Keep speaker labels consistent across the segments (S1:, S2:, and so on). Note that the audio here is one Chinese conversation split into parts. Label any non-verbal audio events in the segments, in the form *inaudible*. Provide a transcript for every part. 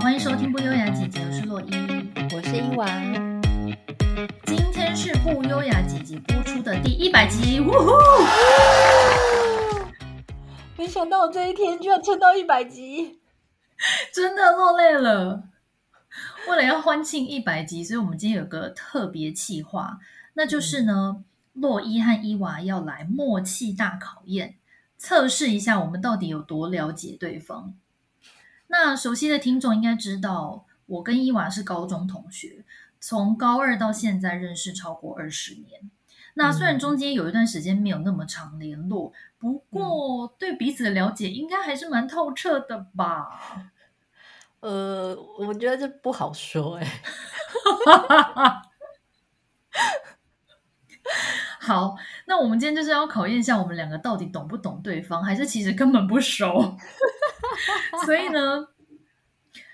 S1: 欢迎收听不优雅姐姐，我是洛伊。
S2: 我是伊娃，
S1: 今天是不优雅姐姐播出的第一百集，呜呼！
S2: 没想到我这一天居然撑到一百集，
S1: *laughs* 真的落泪了。为了要欢庆一百集，所以我们今天有个特别企划，那就是呢，洛伊和伊娃要来默契大考验，测试一下我们到底有多了解对方。那熟悉的听众应该知道，我跟伊娃是高中同学，从高二到现在认识超过二十年。那虽然中间有一段时间没有那么常联络，不过对彼此的了解应该还是蛮透彻的吧。
S2: 呃，我觉得这不好说哎、
S1: 好，那我们今天就是要考验一下我们两个到底懂不懂对方，还是其实根本不熟。 *laughs* 所以呢，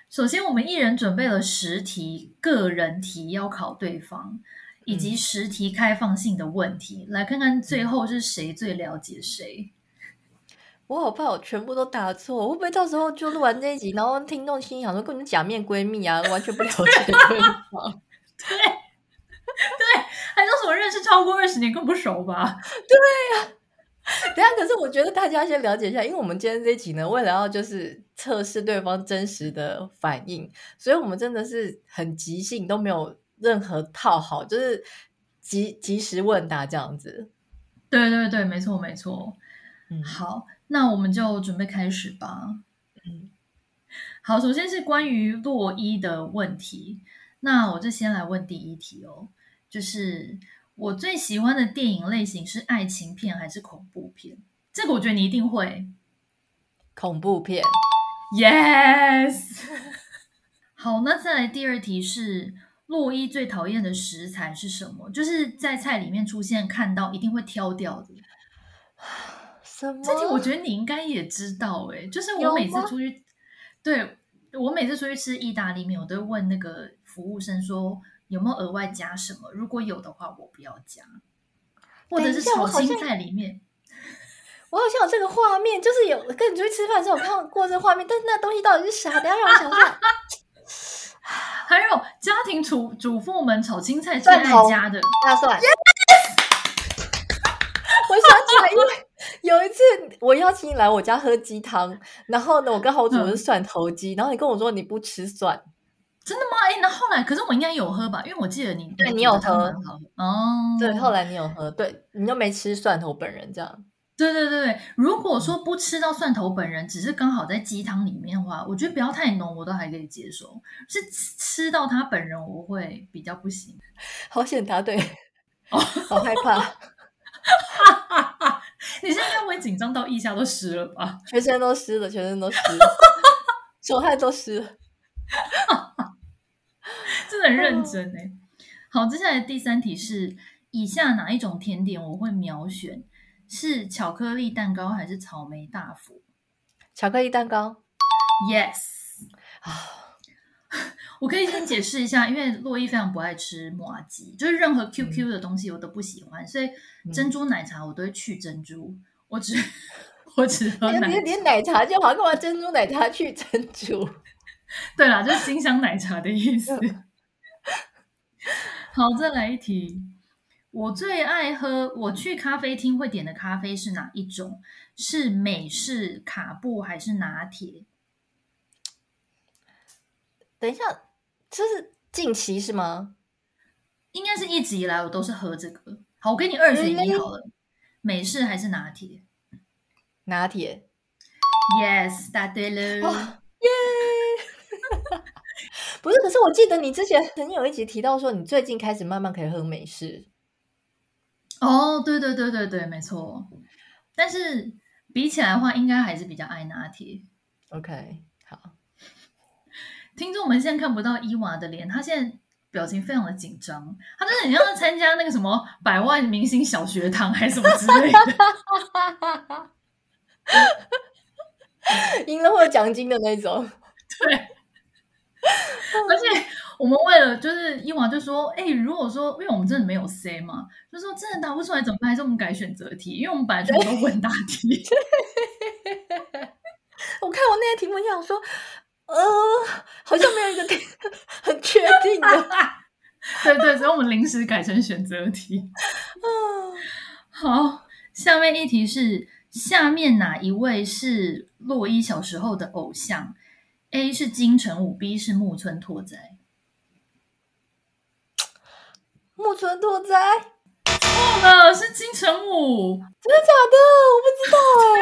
S1: 首先我们一人准备了十题个人题要考对方，以及十题开放性的问题，来看看最后是谁最了解谁。
S2: 我好怕我全部都答错，我会不会到时候就录完这一集，然后听众心想说根本就假面闺蜜啊，完全不了解对 *laughs* 方。
S1: 还说什哎么认识超过二十年更不熟吧？ *laughs*
S2: 等一下，可是我觉得大家先了解一下，因为我们今天这一集呢，为了要就是测试对方真实的反应，所以我们真的是很即兴，都没有任何套好，就是及及时问答这样子。
S1: 对对对，没错没错。
S2: 嗯
S1: 好，那我们就准备开始吧。
S2: 嗯，
S1: 好，首先是关于洛伊的问题。那我就先来问第一题哦，就是我最喜欢的电影类型是爱情片还是恐怖片？这个我觉得你一定会。
S2: 恐怖片。
S1: Yes 。好，那再来第二题是洛伊最讨厌的食材是什么？就是在菜里面出现看到一定会挑掉的。
S2: 什么？
S1: 这题我觉得你应该也知道哎、就是我
S2: 哦有
S1: 每次
S2: 吗
S1: 出去，对我每次出去吃意大利面，我都会问那个服务生说有没有额外加什么，如果有的话我不要加，或者
S2: 等一
S1: 是
S2: 下我
S1: 炒
S2: 好
S1: 青
S2: 像
S1: 菜里面，
S2: 我好像有这个画面，就是有跟你出去吃饭的时候我看过这画面，但是那东西到底是啥？等一下让我想想。
S1: 还有家庭主主妇们炒青菜最
S2: 蒜
S1: 爱
S2: 头
S1: 加的，
S2: 大蒜。 *laughs* 我想起来，因为有一次我邀请你来我家喝鸡汤，然后呢，我刚好我煮的是蒜头鸡，然后你跟我说你不吃蒜，
S1: 真的吗？哎，那后来可是我应该有喝吧，因为我记得你
S2: 对
S1: 煮
S2: 你有
S1: 的汤
S2: 喝
S1: 蛮好喝哦，
S2: 对，后来你有喝，对你都没吃蒜头本人这样，
S1: 对对对对，如果说不吃到蒜头本人，只是刚好在鸡汤里面的话，我觉得不要太浓，我都还可以接受。是吃吃到他本人，我会比较不行。
S2: 好险答对， *laughs* 好害怕，
S1: 你现在该不会紧张到腋下都湿了吧？
S2: 全身都湿了，全身都湿了，手汗都湿了，
S1: 真的很认真哎。好，接下来第三题是：以下哪一种甜点我会秒选？是巧克力蛋糕还是草莓大福
S2: 巧克力蛋糕
S1: ？Yes。
S2: 啊，
S1: 我可以先解释一下，因为洛伊非常不爱吃麻吉，就是任何 QQ 的东西我都不喜欢，所以珍珠奶茶我都会去珍珠，我只 *laughs* 我只喝
S2: 连
S1: 啊奶
S2: 连
S1: 茶。
S2: 连奶茶就好，干嘛珍珠奶茶去珍珠？
S1: 对啦，就是金香奶茶的意思。好，再来一题。我最爱喝，我去咖啡厅会点的咖啡是哪一种？是美式卡布还是拿铁？
S2: 等一下，这是近期是吗？
S1: 应该是一直以来我都是喝这个。好，我给你二选一
S2: 嗯
S1: 好了，美式还是拿铁
S2: 拿铁。
S1: ？Yes，答对了。
S2: 哇耶！不是，可是我记得你之前曾经有一集提到说，你最近开始慢慢可以喝美式。
S1: 哦，对对对对对，没错。但是比起来的话，应该还是比较爱拿铁。
S2: OK，好，
S1: 听众们现在看不到伊娃的脸，她现在表情非常的紧张，她真的很像在参加那个什么百万明星小学堂还是什么之类的。
S2: 赢了会有奖金的那种。
S1: 而且我们为了就是伊娃就说，哎、如果说因为我们真的没有 C 嘛，就说真的答不出来怎么办？还是我们改选择题？因为我们本来全部都问答题。
S2: 我看我那个题目，我想说，呃，好像像没有一个很确定的。
S1: 对对，所以我们临时改成选择题。好，下面一题是：下面哪一位是洛伊小时候的偶像？A 是金城武，B 是木村拓哉。
S2: 木村拓哉，
S1: 错了，呃是金城武。
S2: 真的假的？我不知道哎、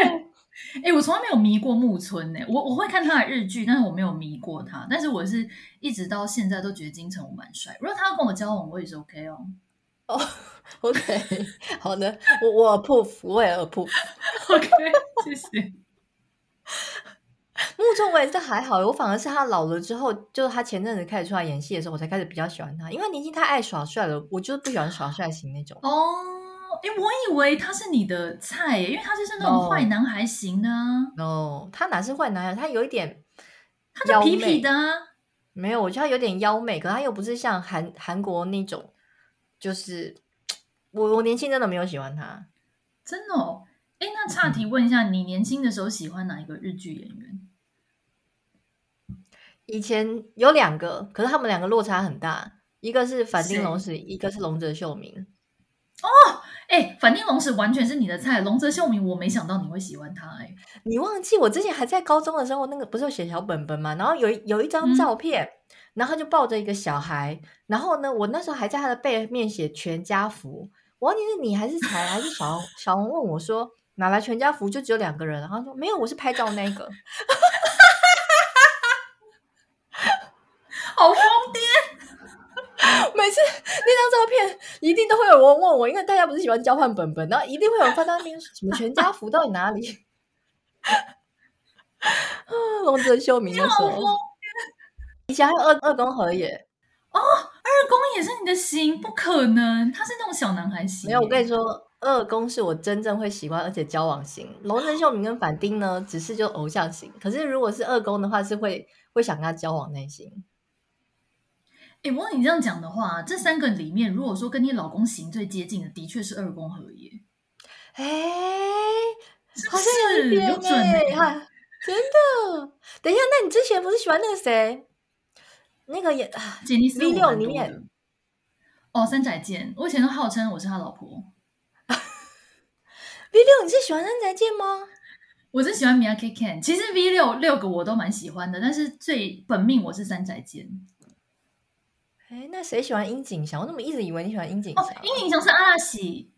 S1: *laughs* 哎、我从来没有迷过木村呢、我我会看他的日剧，但是我没有迷过他。但是我是一直到现在都觉得金城武蛮帅。如果他要跟我交往，我也是 OK 哦。 *laughs*
S2: OK，好的，我我 approve，我也 approve。
S1: OK，谢谢。
S2: 木村我也是还好，我反而是他老了之后，就是他前阵子开始出来演戏的时候，我才开始比较喜欢他，因为他年轻太爱耍帅了，我就是不喜欢耍帅型那种。
S1: 哦，哎，我以为他是你的菜耶，因为他就是那种
S2: No
S1: 坏男孩型的啊，
S2: no，他哪是坏男人，他有一点
S1: 他
S2: 妖
S1: 就痞
S2: 媚
S1: 痞的啊。
S2: 没有，我觉得他有点妖媚，可他又不是像韩韩国那种，就是我我年轻真的没有喜欢他。
S1: 真的哦。哎，
S2: 嗯
S1: 那岔题问一下，你年轻的时候喜欢哪一个日剧演员？
S2: 以前有两个，可是他们两个落差很大，一个是反町隆史，一个是龙泽秀明。
S1: 哎，反町隆史完全是你的菜，龙泽秀明我没想到你会喜欢他哎。
S2: 你忘记我之前还在高中的时候，那个不是有写小本本嘛？然后有一有一张
S1: 嗯
S2: 照片，然后他就抱着一个小孩，然后呢，我那时候还在他的背面写全家福。我忘记是你还是才还是小红小红问我说哪来全家福？就只有两个人，然后他说没有，我是拍照那一个。
S1: 好疯癫！
S2: *laughs* 每次那张照片一定都会有人问我，因为大家不是喜欢交换本本，然后一定会有人翻到那边说什么全家福到底哪里？ *laughs* 啊，龙泽秀明那时
S1: 好疯！
S2: 候，以前还有 *laughs* 二二宫和也，
S1: 二宫也是你的型，不可能，他是那种小男孩型。
S2: 没有，我跟你说，二宫是我真正会喜欢而且交往型。龙泽秀明跟反町呢，只是就偶像型。可是如果是二宫的话，是会会想跟他交往类型。
S1: 哎，不过你这样讲的话，这三个里面，如果说跟你老公型最接近的，的确是二宫和也，
S2: 哎、
S1: 是不
S2: 好像有一
S1: 是？
S2: 点
S1: 有准
S2: 哎、
S1: 欸
S2: 哈真的。等一下，那你之前不是喜欢那个谁？那个也啊
S1: 杰尼斯
S2: V6
S1: 我蛮多
S2: 里
S1: 的
S2: 面
S1: 哦，三宅健，我以前都号称我是他老婆，
S2: V 六，你是喜欢山宅健吗？
S1: 我是喜欢 Miyake Ken。其实 V 六六个我都蛮喜欢的，但是最本命我是三宅健。
S2: 哎、那谁喜欢樱井翔？我怎么一直以为你喜欢樱井翔
S1: 哦
S2: 啊？，
S1: 樱井翔是阿拉喜，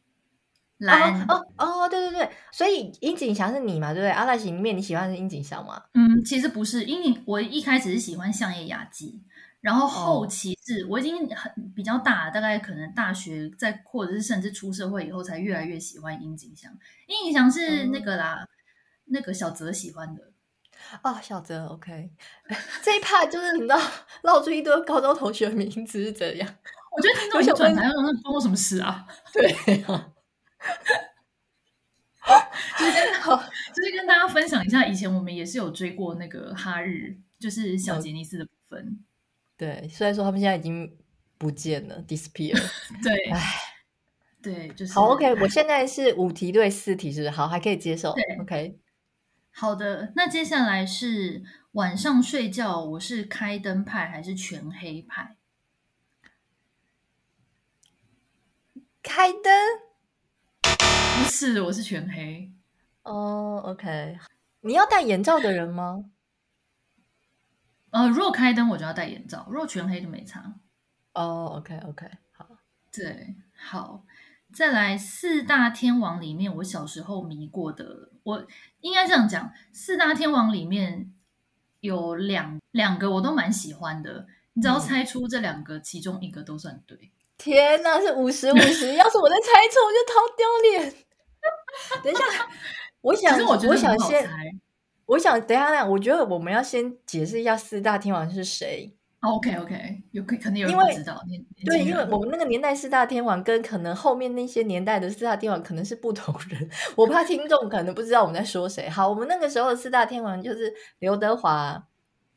S1: 蓝，
S2: 哦哦哦，对对对，所以樱井翔是你嘛，对不对？阿拉西里面你喜欢的是樱井翔吗？
S1: 嗯，其实不是，因为我一开始是喜欢相叶雅纪，然后
S2: 哦
S1: 后期是、我已经很比较大了，大概可能大学在或者是甚至出社会以后，才越来越喜欢樱井翔。樱井翔是
S2: 嗯
S1: 那个啦，那个小泽喜欢的。
S2: 哦，小泽，OK，这一趴就是你知道绕出一堆高中同学名字是怎样？
S1: 我觉得听众
S2: 我想
S1: 很转
S2: 问
S1: 台，那关我什么事啊？
S2: *laughs*
S1: *laughs*
S2: 对啊 *laughs* 哦
S1: 就是跟
S2: 好
S1: 就是跟大家分享一下，以前我们也是有追过那个哈日，就是
S2: 嗯
S1: 小杰尼斯的部分。
S2: *laughs* 对，虽然说他们现在已经不见了，disappear。
S1: 对
S2: 唉，
S1: 对，就是
S2: 好，OK，我现在是五题对四题，是不是？好，还可以接受
S1: 对
S2: ，OK。
S1: 好的，那接下来是晚上睡觉，我是开灯派还是全黑派？
S2: 开灯，
S1: 不是，我是全黑。
S2: 哦，OK。你要戴眼罩的人吗？
S1: 呃，如果开灯我就要戴眼罩，如果全黑就没差。
S2: 哦，OK，OK，好。
S1: 对，好，再来四大天王里面，我小时候迷过的，我应该这样讲，四大天王里面有两两个我都蛮喜欢的，你只要
S2: 嗯
S1: 猜出这两个其中一个都算对。
S2: 天呐，是五十五
S1: *laughs*
S2: 十！要是我再猜错，我就超丢脸。等一下，我想，
S1: 其实我觉得
S2: 我想
S1: 很好
S2: 先，
S1: 猜。
S2: 我想等一下，等一下，我觉得我们要先解释一下四大天王是谁。
S1: OK OK，有哦可可能有人
S2: 因为
S1: 不知道，年年
S2: 对，
S1: 轻
S2: 因为
S1: 人
S2: 我们那个年代四大天王跟可能后面那些年代的四大天王可能是不同人， *laughs* 我怕听众可能不知道我们在说谁。好，我们那个时候的四大天王就是刘德华、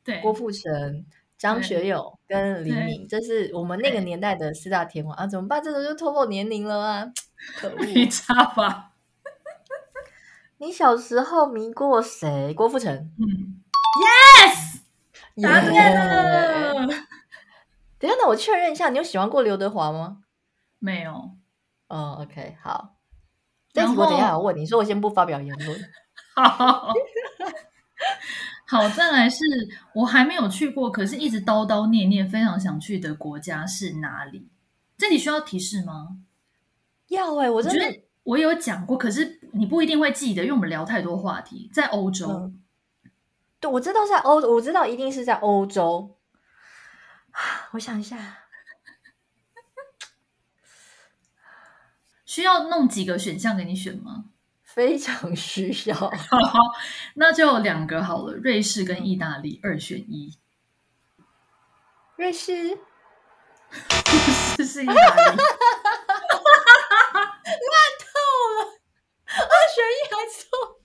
S1: 对 *laughs*
S2: 郭富城、张
S1: 对
S2: 学友跟李
S1: 对
S2: 敏，这是我们那个
S1: 对
S2: 年代的四大天王啊！怎么办？这种就透露年龄了啊！可
S1: *laughs*
S2: 恶！ *laughs*
S1: 没差吧？
S2: *laughs* 你小时候迷过谁？郭富城。
S1: 嗯，答对
S2: 耶
S1: 了，
S2: 哎等一下，那我确认一下，你有喜欢过刘德华吗？
S1: 没有，
S2: 哦，OK，好。这一
S1: 然
S2: 题我等一下
S1: 后
S2: 我问你，说我先不发表言论。
S1: 好， *laughs* 好，再来是我还没有去过，可是一直叨叨念念非常想去的国家是哪里？这里需要提示吗？
S2: *laughs* 要哎、我
S1: 我
S2: 真
S1: 觉
S2: 的
S1: 得我有讲过，可是你不一定会记得，因为我们聊太多话题，在欧洲。
S2: 嗯对，我知道在欧，我知道一定是在欧洲。 *sighs* 我想一下，
S1: 需要弄几个选项给你选吗？
S2: 非常需要。
S1: 那就两个好了，瑞士跟意大利二选一，
S2: *laughs*
S1: *laughs*
S2: 瑞士，
S1: 这是意大利。
S2: 二选一还错。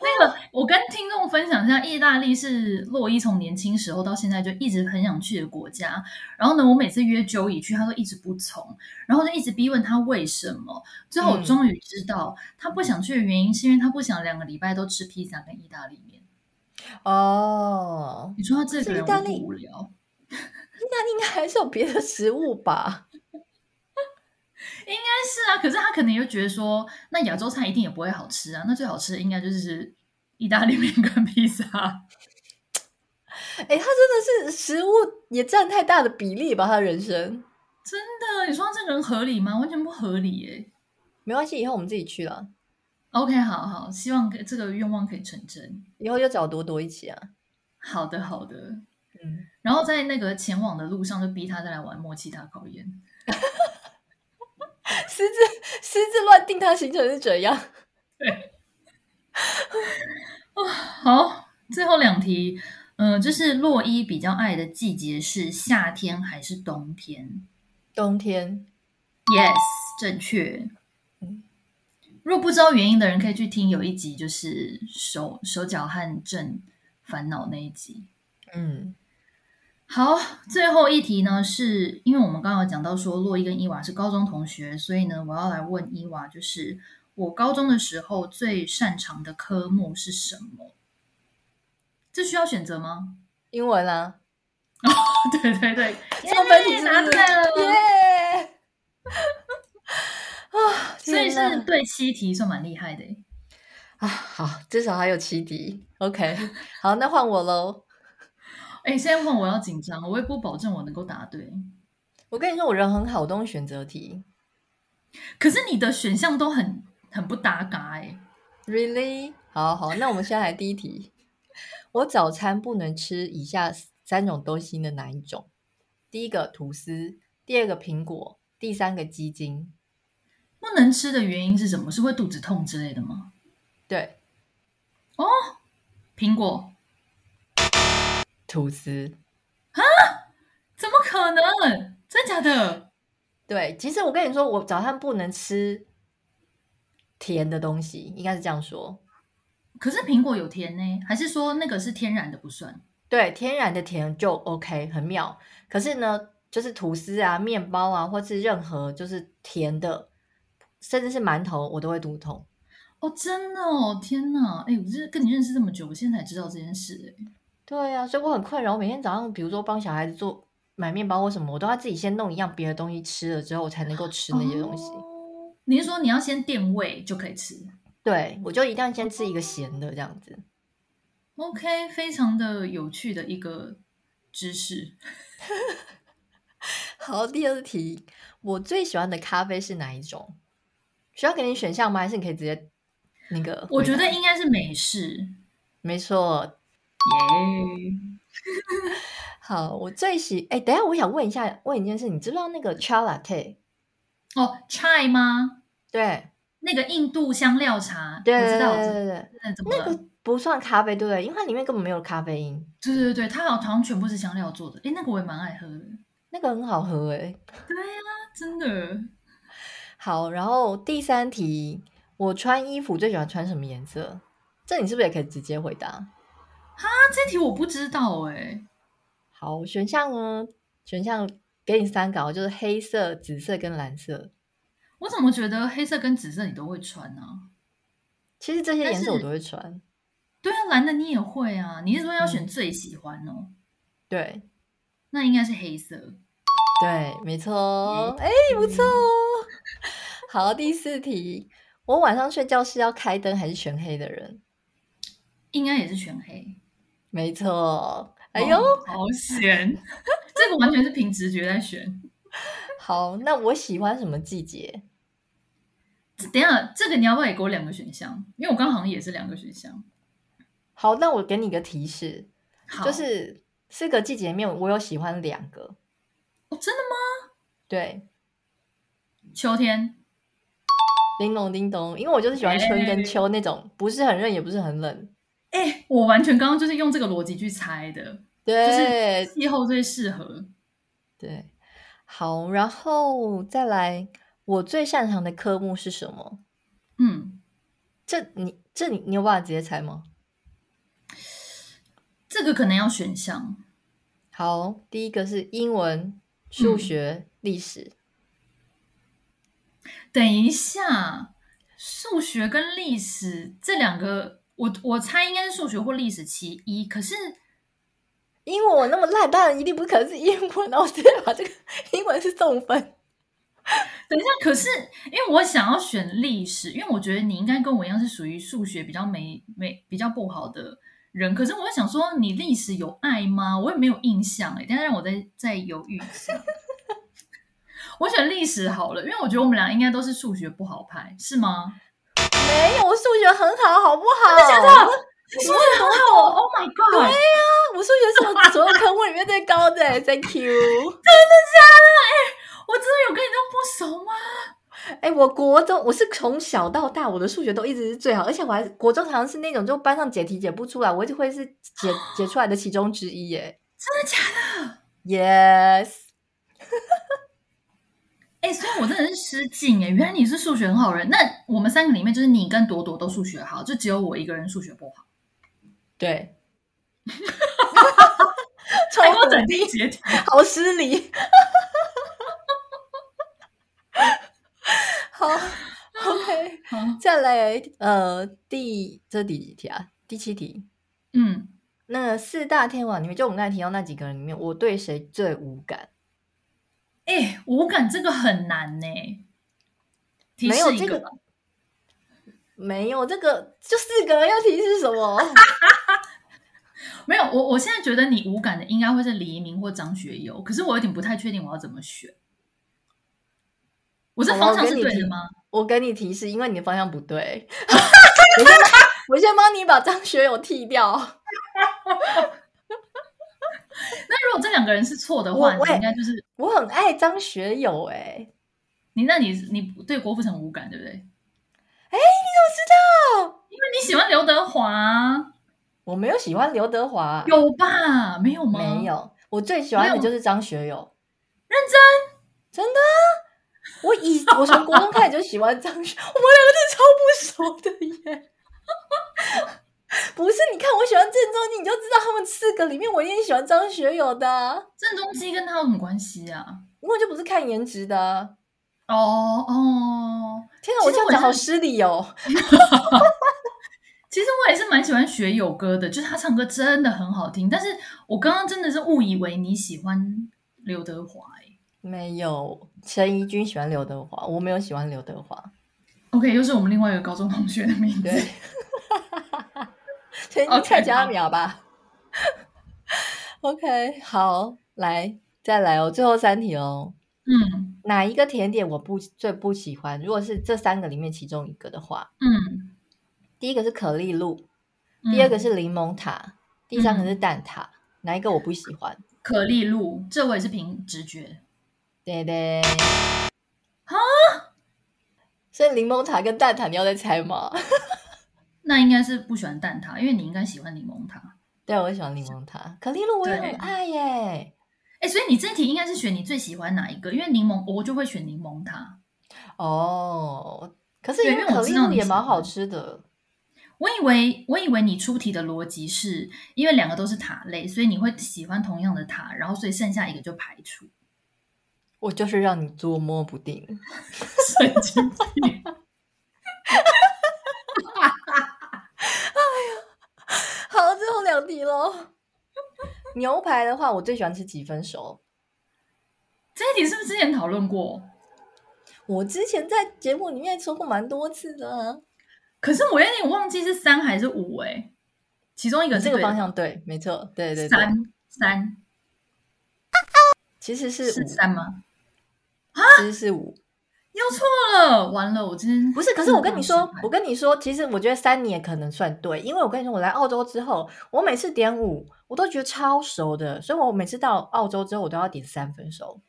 S1: 那个，我跟听众分享一下，意大利是洛伊从年轻时候到现在就一直很想去的国家。然后呢，我每次约 Joey 去，他都一直不从，然后就一直逼问他为什么。最后我
S2: 嗯
S1: 终于知道，他不想去的原因是因为他不想两个礼拜都吃披萨跟意大利面。
S2: *laughs* 哦，
S1: 你说他这个人
S2: 是意大
S1: 无
S2: 利
S1: 不无聊？
S2: 那应该还是有别的食物吧？
S1: 但是啊，可是他可能又觉得说，那亚洲菜一定也不会好吃啊，那最好吃的应该就是意大利面跟披萨。 *laughs*
S2: 哎，他真的是食物也占太大的比例吧？他人生
S1: 真的，你说他这个人合理吗？完全不合理耶、
S2: 没关系，以后我们自己去了，
S1: OK，好好，希望可这个愿望可以成真。
S2: 以后就找多多一起 *laughs* 啊。
S1: 好的，好的。
S2: 嗯，
S1: 然后在那个前往的路上，就逼他再来玩默契大考验。
S2: 狮子狮子乱定他行程是怎样？
S1: 好，最后两题，嗯、就是洛伊比较爱的季节是夏天还是冬天
S2: 冬天，
S1: ？Yes，正确
S2: 嗯。
S1: 若不知道原因的人，可以去听有一集，就是手手脚汗症烦恼那一集。
S2: 嗯，
S1: 好，最后一题呢，是因为我们刚刚有讲到说洛伊跟伊娃是高中同学，所以呢，我要来问伊娃，就是我高中的时候最擅长的科目是什么？这需要选择吗？ *laughs*
S2: 英文啊，
S1: 对对对，
S2: 送分题
S1: 耶
S2: 是
S1: 答
S2: 不
S1: 对
S2: 是？耶、
S1: 了，
S2: *laughs* 啊，
S1: 所以
S2: 天哪
S1: 是对七题算蛮厉害的欸耶。
S2: 啊，好，至少还有七题。OK，好， *laughs* 那换我喽。
S1: 哎，现在问我要紧张，我也不保证我能够答对。
S2: 我跟你说，我人很好，我都用选择题。
S1: 可是你的选项都很很不搭嘎哎。
S2: Really？好好，那我们先来第一题。我早餐不能吃以下三种东西的哪一种？第一个吐司，第二个苹果，第三个鸡精。
S1: 不能吃的原因是什么？是会肚子痛之类的吗？
S2: 对，
S1: 苹果？
S2: 吐司。
S1: 怎么可能？真假的？
S2: 对，其实我跟你说，我早餐不能吃甜的东西，应该是这样说。
S1: 可是苹果有甜呢，还是说那个是天然的不算？
S2: 对，天然的甜就 OK，很妙。可是呢，就是吐司啊、面包啊，或是任何就是甜的，甚至是馒头，我都会肚痛。
S1: 哦，真的哦，天哪！哎，我这跟你认识这么久，我现在才知道这件事。哎，
S2: 对啊，所以我很困扰。我每天早上，比如说帮小孩子做买面包或什么，我都要自己先弄一样别的东西吃了之后，我才能够吃那些东西。
S1: 哦你是说你要先垫胃就可以吃
S2: 对，我就一定要先吃一个咸的这样子。
S1: ？OK，非常的有趣的一个知识。
S2: 好，第二题，我最喜欢的咖啡是哪一种？需要给你选项吗？还是你可以直接那个回答？
S1: 我觉得应该是美式。耶、
S2: 没错，好，我最喜哎，等一下，我想问一下，问一件事，你知不知道那个 c h a latte？
S1: 哦，chai 吗？
S2: 对，
S1: 那个印度香料茶，
S2: 对，
S1: 我知道，我
S2: 对
S1: 知道。
S2: 对对，
S1: 那怎么
S2: 那
S1: 了？
S2: 个不算咖啡，对不对？因为它里面根本没有咖啡因，
S1: 对对对，它好像全部是香料做的。哎，那个我也蛮爱喝的。
S2: 那个很好喝哎。
S1: 啊真的。
S2: 好，然后第三题，我穿衣服最喜欢穿什么颜色？这你是不是也可以直接回答？
S1: 那这题我不知道哎、
S2: 好，选项呢？选项给你三个哦，就是黑色、紫色跟蓝色。
S1: 我怎么觉得黑色跟紫色你都会穿呢、啊
S2: 其实这些
S1: 但
S2: 颜色我
S1: 是
S2: 都会穿，
S1: 对啊，蓝的你也会啊，你是说要
S2: 嗯
S1: 选最喜欢哦？
S2: 对
S1: 那应该是黑色。
S2: 对，没错哦，哎、不
S1: 嗯
S2: 错哦。 *laughs* 好，第四题，我晚上睡觉是要开灯还是全黑的人？
S1: 应该也是全黑。
S2: 没错，哎呦，
S1: 哦好险！ *laughs* 这个完全是凭直觉在选。
S2: 好，那我喜欢什么季节？
S1: 这等一下，这个你要不要也给我两个选项？因为我刚好像也是两个选项。
S2: 好，那我给你个提示，
S1: 好，
S2: 就是四个季节里面，我有喜欢两个。
S1: 哦，真的
S2: 对，
S1: 吗？秋天
S2: 叮咚叮咚，因为我就是喜欢春跟秋那种，不是很热也不是很冷。哎
S1: 我完全刚刚就是用这个逻辑去猜的，
S2: 对、
S1: 就是气候最适合。
S2: 对，好，然后再来，我最擅长的科目是什么？
S1: 嗯，
S2: 这你这你你有办法直接猜吗？
S1: 这个可能要选项。
S2: 好，第一个是英文、数
S1: 嗯
S2: 学、历史。
S1: 等一下，数学跟历史这两个，我我猜应该是数学或历史其一。可是
S2: 英文我那么烂，当然一定不可能是英文啊！我直接把这个英文是送分。
S1: 等一下，可是因为我想要选历史，因为我觉得你应该跟我一样是属于数学比较没没比较不好的人。可是我又想说，你历史有爱吗？我也没有印象哎、但是让我再再犹豫一下。 *laughs* 我选历史好了，因为我觉得我们俩应该都是数学不好派，是吗？
S2: 没有，我数学很好，好不好？真的哦
S1: 数学很好，Oh my god！
S2: 啊我数学是我所有科目里面最高的、Thank you。
S1: 我真的有跟你这么不熟吗？
S2: 哎、我国中我是从小到大我的数学都一直是最好，而且我还国中好像是那种就班上解题解不出来，我就会是解解出来的其中之一耶。
S1: 真的假的？ *laughs*
S2: Yes，
S1: 哎、所以我真的是失敬哎、原来你是数学很好的人。那我们三个里面，就是你跟朵朵都数学好，就只有我一个人数学不好。
S2: *laughs*
S1: *laughs*
S2: 对，超
S1: 还给哎我
S2: 鼓
S1: 整
S2: 励
S1: 定解题。
S2: 好失礼。好，OK，再
S1: *laughs*
S2: 来，呃，第这第几题啊？第七题。
S1: 嗯，
S2: 那四大天王里面，就我们刚才提到那几个人里面，我对谁最无感？
S1: 哎、无感这个很难呢、提
S2: 没有
S1: 示一
S2: 这
S1: 个
S2: 个
S1: 吧，
S2: 没有这个，就四个人要提示什
S1: *laughs*
S2: 么？
S1: 没有我，我现在觉得你无感的应该会是黎明或张学友，可是我有点不太确定我要怎么选。我这
S2: 好吧
S1: 方向
S2: 我
S1: 是
S2: 给你
S1: 对
S2: 提
S1: 的吗？
S2: 我给你提示，因为你的方向不
S1: *laughs*
S2: 对。我先帮，我先帮你把张学友剃掉。
S1: 那如果这两个人是错的
S2: 我
S1: 话，
S2: 我
S1: 你
S2: 也
S1: 应该就是
S2: 我很爱张学友、哎，
S1: 你，那你你对郭富城无感，对不对？因
S2: 哎你怎么知道？
S1: 为你喜欢刘德华，啊
S2: 我没有喜欢刘德华，
S1: 有吧？没有吗？
S2: 没。有，我最喜欢的就是张学友。认真？真的？啊我以我从国中开始就喜欢张学，我们两个真的超不熟的
S1: *laughs*
S2: 耶。不是，你看我喜欢郑中基，你就知道他们四个里面，我一定喜欢张学友的啊、
S1: 郑中基跟他有什么关系啊？
S2: 因为我就不是看颜值的啊、
S1: 哦哦，
S2: 天哪，我
S1: 其
S2: 这
S1: 实
S2: 样
S1: 我
S2: 讲好
S1: 是
S2: 失礼哦。
S1: 其实我也是蛮喜欢学友歌的，就是他唱歌真的很好听。但是我刚刚真的是误以为你喜欢刘德华、欸。
S2: 没有，陈怡君喜欢刘德华，我没有喜欢刘德华。
S1: OK，又是我们另外一个高中同学的名字。
S2: 对， *laughs* 陈
S1: OK，
S2: 蔡佳
S1: 好
S2: 苗吧。OK，好， *laughs* 来再来哦，最后三题哦。
S1: *laughs* 嗯
S2: 哪一个甜点我不最不喜欢？如果是这三个里面其中一个的话，
S1: 嗯，
S2: 第一个是可丽露，
S1: 嗯
S2: 第二个是柠檬塔，第三个
S1: 嗯
S2: 是蛋挞。哪一个我不喜欢？
S1: 可丽露，这我也是凭直觉。
S2: 对对。所以柠檬塔跟蛋挞你要再猜吗？ *laughs*
S1: 那应该是不喜欢蛋挞，因为你应该喜欢柠檬塔。
S2: 对，啊我喜欢柠檬塔，可丽露我也很
S1: 对
S2: 爱耶。
S1: 哎、所以你这题应该是选你最喜欢哪一个？因为柠檬，我就会选柠檬塔。
S2: 哦，可是
S1: 对因
S2: 因为
S1: 为我
S2: 可
S1: 知
S2: 丽
S1: 道
S2: 露
S1: 你
S2: 也
S1: 喜
S2: 蛮好
S1: 欢
S2: 吃的，
S1: 我以为我以为你出题的逻辑是因为两个都是塔类，所以你会喜欢同样的塔，然后所以剩下一个就排除。 *laughs*
S2: 我就是让你捉摸不定。
S1: 神经病！
S2: 最后两题喽。牛排的话，我最喜欢吃几分熟。
S1: 这一题是不是之前讨论过？
S2: 我之前在节目里面说过蛮多次的啊，
S1: 可是我有点忘记是三还是五哎、其中一个是
S2: 这个
S1: 对的
S2: 方向对，没错，对对对，
S1: 三三
S2: 其实是
S1: 是
S2: 五，
S1: 三吗？
S2: 其实是五，
S1: 又错了，完了，我真
S2: 不是。可是我跟你说，我
S1: 我
S2: 跟你说，其实我觉得三你也可能算对，因为我跟你说，我来澳洲之后，我每次点五，我都觉得超熟的，所以我每次到澳洲之后，我都要点三分熟。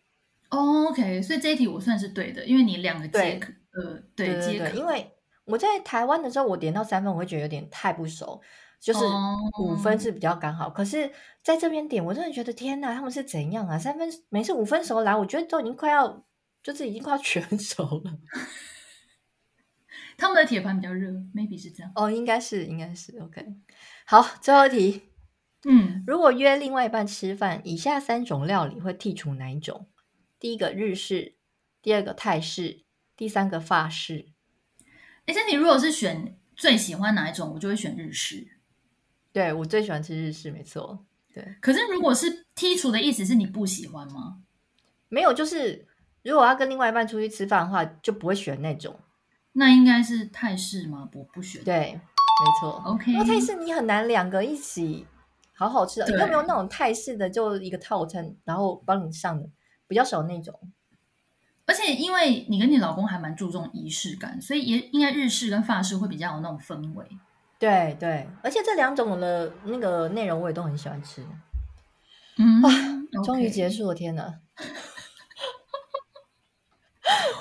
S1: 哦 OK，所以这一题我算是对的，因为你两个皆
S2: 对
S1: 可，呃，
S2: 对
S1: 皆
S2: 对对，
S1: 可，
S2: 因为我在台湾的时候，我点到三分，我会觉得有点太不熟，就是
S1: 哦
S2: 五分是比较刚好。可是在这边点，我真的觉得天哪，他们是怎样啊？三分每次五分熟来，我觉得都已经快要，就是已经快要全 *laughs* 熟了。
S1: 他们的铁盘比较热，maybe 是这样。
S2: 哦，应该是，应该是 OK。好，最后一题，
S1: 嗯，
S2: 如果约另外一半吃饭，以下三种料理会剔除哪一种？第一个日式，第二个泰式，第三个法式。
S1: 哎，那你如果是选最喜欢哪一种，我就会选日式。
S2: 对我最喜欢吃日式，没错。对，
S1: 可是如果是剔除的意思是你不喜欢吗？
S2: 没有，就是如果要跟另外一半出去吃饭的话，就不会选那种。
S1: 那应该是泰式吗？我不选。
S2: 对，没错。
S1: ，OK，
S2: 因为泰式你很难两个一起好好吃的，
S1: 对
S2: 有没有那种泰式的就一个套餐，然后帮你上的比较少那种？
S1: 而且因为你跟你老公还蛮注重仪式感，所以也应该日式跟法式会比较有那种氛围。
S2: 对对，而且这两种的那个内容我也都很喜欢吃。
S1: 嗯，
S2: 终于结
S1: 束。
S2: 束了，天哪！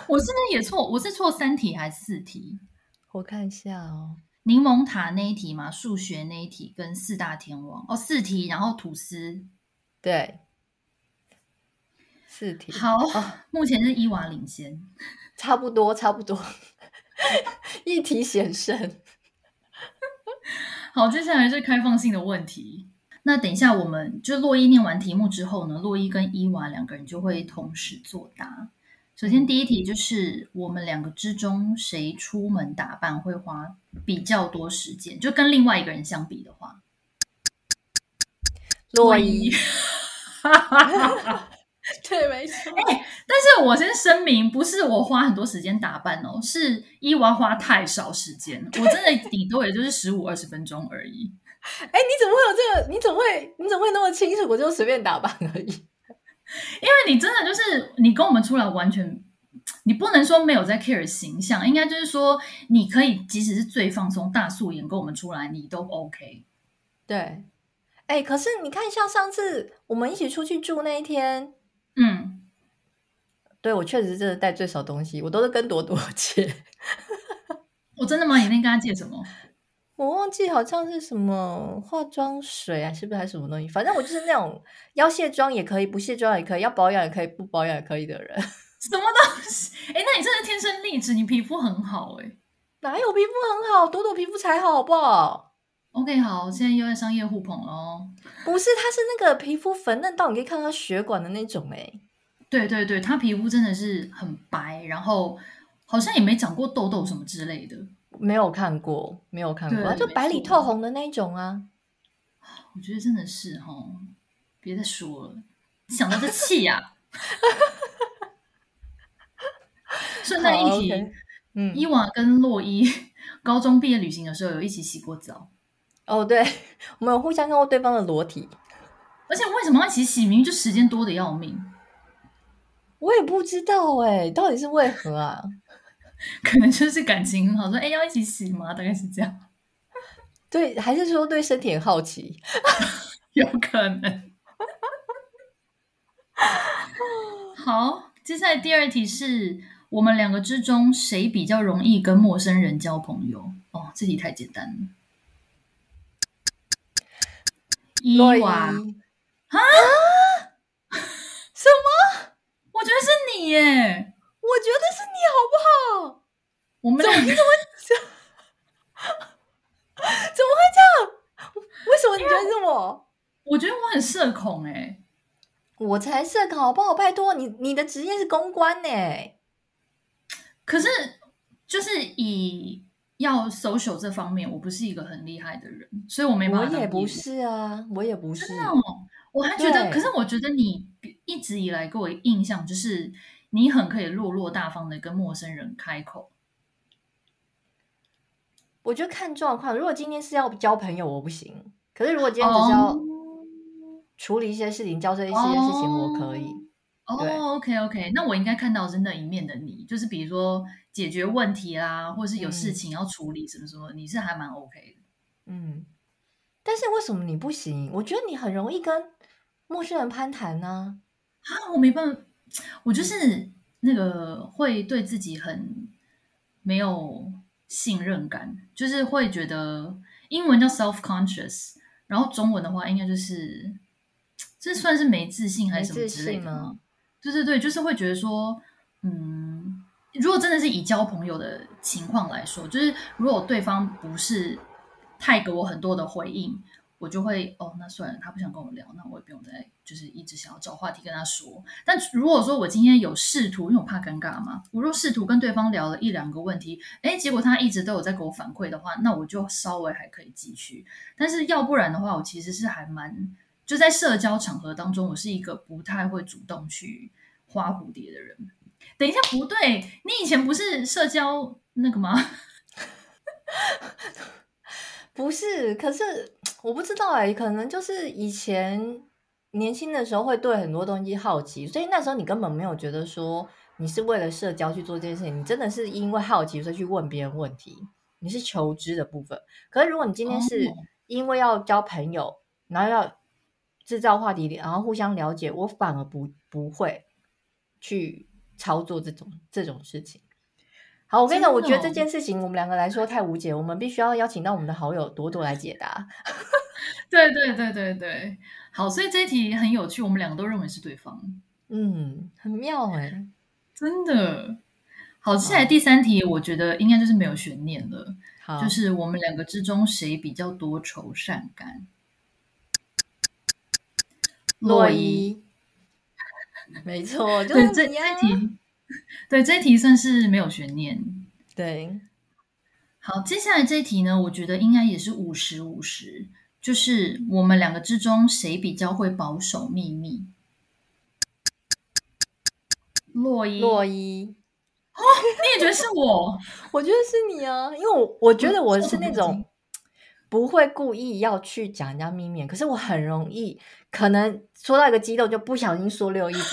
S1: 我是不是也错？我是错三题还是四题？
S2: 我看一下哦，
S1: 柠檬塔那一题嘛，数学那一题跟四大天王哦，四题，然后吐司。
S2: 对，四题，
S1: 好，
S2: 哦
S1: 目前是伊娃领先。
S2: 差不多差不多， *laughs* 一题险胜。
S1: 好，接下来是开放性的问题。那等一下，我们就洛伊念完题目之后呢，洛伊跟伊娃两个人就会同时作答。首先，第一题就是我们两个之中谁出门打扮会花比较多时间，就跟另外一个人相比的话，
S2: 洛伊，。
S3: 对，没错。
S2: 哎
S1: 但是我先声明，不是我花很多时间打扮哦，是伊娃花太少时间，我真的顶多也就是十五二十分钟而已。
S2: 哎，你怎么会有这个？你怎么会？你怎么会那么清楚？我就随便打扮而已。
S1: 因为你真的就是你跟我们出来完全，你不能说没有在 care 形象，应该就是说你可以即使是最放松大素颜跟我们出来，你都 OK。
S2: 对，哎，可是你看，像上次我们一起出去住那一天，
S1: 嗯，
S2: 对我确实真的带最少东西，我都是跟朵朵借。
S1: 我真的吗？你那天跟他借什么？
S2: 我忘记好像是什么化妆水啊，是不是还是什么东西？反正我就是那种要卸妆也可以，不卸妆也可以，要保养也可以，不保养也可以的人。 *laughs*
S1: 什么东西？哎，那你真的天生丽质，你皮肤很好哎、
S2: 哪有皮肤很好？朵朵皮肤才好，好不好？
S1: OK，好，现在又在商业互捧喽。
S2: 不是，它是那个皮肤粉嫩到你可以看到血管的那种、欸，
S1: 对对对，她皮肤真的是很白，然后好像也没长过痘痘什么之类的。
S2: 没有看过，没有看过，
S1: 对
S2: 它就
S1: 没
S2: 白里
S1: 错
S2: 透红的那一种啊。
S1: 我觉得真的是哈，别再说了，想到这气呀、 *laughs* 顺带一
S2: 好
S1: 提，
S2: ，OK 嗯，
S1: 伊娃跟洛伊高中毕业旅行的时候有一起洗过澡，
S2: 哦，对，我们有互相看过对方的裸体，
S1: 而且为什么要一起洗？明明就时间多的要命，
S2: 我也不知道哎、到底是为何啊？
S1: 可能就是感情很好，说哎要一起洗吗？大概是这样，
S2: 对，还是说对身体很好奇？
S1: 有可能。好，接下来第二题是我们两个之中谁比较容易跟陌生人交朋友？哦，这题太简单了。伊
S2: 洛伊
S1: 娃，
S2: 什么？
S1: 我觉得是你耶，
S2: 我觉得是你好不好？
S1: 我们两个
S2: 怎么会这样？为什么你觉得是我？
S1: 我觉得我很社恐哎、
S2: 我才社恐好不好？拜托你，你的职业是公关呢、
S1: 可是就是以要 social 这方面，我不是一个很厉害的人，所以我没办
S2: 我
S1: 法。
S2: 也不，是啊，我也不是。
S1: 真的哦，我还觉得，
S2: 对
S1: 可是我觉得你一直以来给我印象就是你很可以落落大方的跟陌生人开口。
S2: 我觉得看状况，如果今天是要交朋友，我不行。可是如果今天只是要
S1: 哦
S2: 处理一些事情，交涉一些事情，我可以。对
S1: 哦，OK OK，那我应该看到真的一面的你，就是比如说解决问题啦，或是有事
S2: 嗯
S1: 情要处理什么什么，你是还蛮 OK 的。
S2: 嗯，但是为什么你不行？我觉得你很容易跟陌生人攀谈呢、
S1: 啊，我没办法，我就是那个会对自己很没有信任感，就是会觉得英文叫 self conscious，然后中文的话应该就是这算是没自信还是什么之类的
S2: 没自信
S1: 吗
S2: 吗？
S1: 对对对，就是会觉得说，嗯，如果真的是以交朋友的情况来说，就是如果对方不是太给我很多的回应，我就会哦，那算了，他不想跟我聊，那我也不用再就是一直想要找话题跟他说。但如果说我今天有试图，因为我怕尴尬嘛，我若试图跟对方聊了一两个问题，诶，结果他一直都有在给我反馈的话，那我就稍微还可以继续。但是要不然的话，我其实是还蛮就在社交场合当中，我是一个不太会主动去花蝴蝶的人。等一下，不对，你以前不是社交那个吗？ *laughs*
S2: 不是，可是我不知道哎、可能就是以前年轻的时候会对很多东西好奇，所以那时候你根本没有觉得说你是为了社交去做这件事情，你真的是因为好奇所以去问别人问题，你是求知的部分。可是如果你今天是
S1: 哦
S2: 因为要交朋友，然后要制造话题，然后互相了解，我反而不不会去操作这种这种事情。好，我跟你讲，
S1: 真
S2: 我
S1: 的
S2: 觉得
S1: 哦
S2: 这件事情我们两个来说太无解，我们必须要邀请到我们的好友朵朵来解答。
S1: 对对对对对，好，所以这一题很有趣，我们两个都认为是对方，
S2: 嗯，很妙哎、
S1: 真的。好，接下来
S2: 嗯
S1: 第三题，我觉得应该就是没有悬念了，
S2: 好，
S1: 就是我们两个之中谁比较多愁善感？
S2: 洛
S1: 伊，
S2: 伊， *laughs* 没错，就
S1: 对
S2: 是
S1: 这
S2: 你啊
S1: 这题，对这题算是没有悬念。
S2: 对，
S1: 好，接下来这一题呢，我觉得应该也是五十五十，就是我们两个之中谁比较会保守秘密？洛伊，
S2: 洛伊，
S1: 你也觉得是我？
S2: 我觉得是你啊，因为我我觉得我是
S1: 我
S2: 那
S1: 很震
S2: 种不会故意要去讲人家秘密，可是我很容易可能说到一个激动就不小心说溜一点，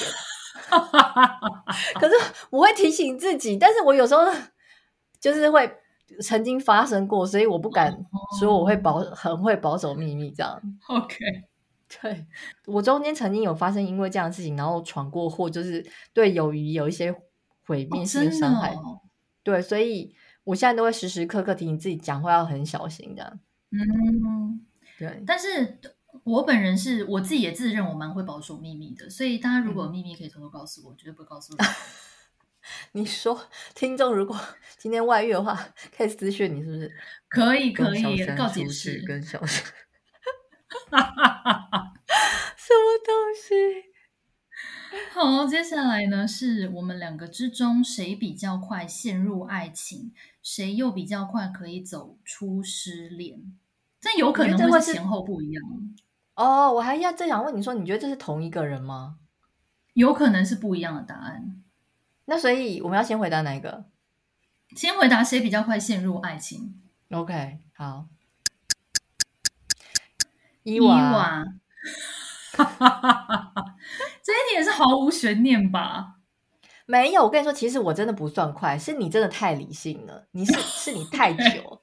S2: 可是我会提醒自己，但是我有时候就是会曾经发生过，所以我不敢说我会保很会保守秘密这样。
S1: OK，
S2: 对我中间曾经有发生因为这样的事情，然后闯过祸，就是对友谊有一些毁灭
S1: 哦真
S2: 性的
S1: 的
S2: 伤害。
S1: 哦，
S2: 对，所以我现在都会时时刻刻提醒自己讲话要很小心的。
S1: 嗯，
S2: 对，
S1: 但是我本人是我自己也自认我蛮会保守秘密的，所以大家如果有秘密可以偷偷告诉我，我绝对不会告
S2: *laughs*
S1: 诉你。
S2: 你说听众如果 *laughs* 今天外遇的话，可以私讯你是不是？
S1: 可以可
S2: 跟小
S1: 以，
S2: 三
S1: 告
S2: 出
S1: 解
S2: 去
S1: 释。
S2: 跟小
S1: *laughs*
S2: 三，什么东西？
S1: 好，接下来呢是我们两个之中谁比较快陷入爱情，谁又比较快可以走出失恋。这有可能
S2: 我觉得这会
S1: 是
S2: 是
S1: 前后不一样，
S2: 哦，我还要正想问你说，你觉得这是同一个人吗？
S1: 有可能是不一样的答案。
S2: 那所以我们要先回答哪一个
S1: 先回答谁比较快陷入爱情？
S2: ？OK，好。伊
S1: 伊
S2: 娃，
S1: 娃， *laughs* 这一点也是毫无悬念吧？
S2: 没有，我跟你说，其实我真的不算快，是你真的太理性了，你是是你太
S1: *laughs*
S2: 久，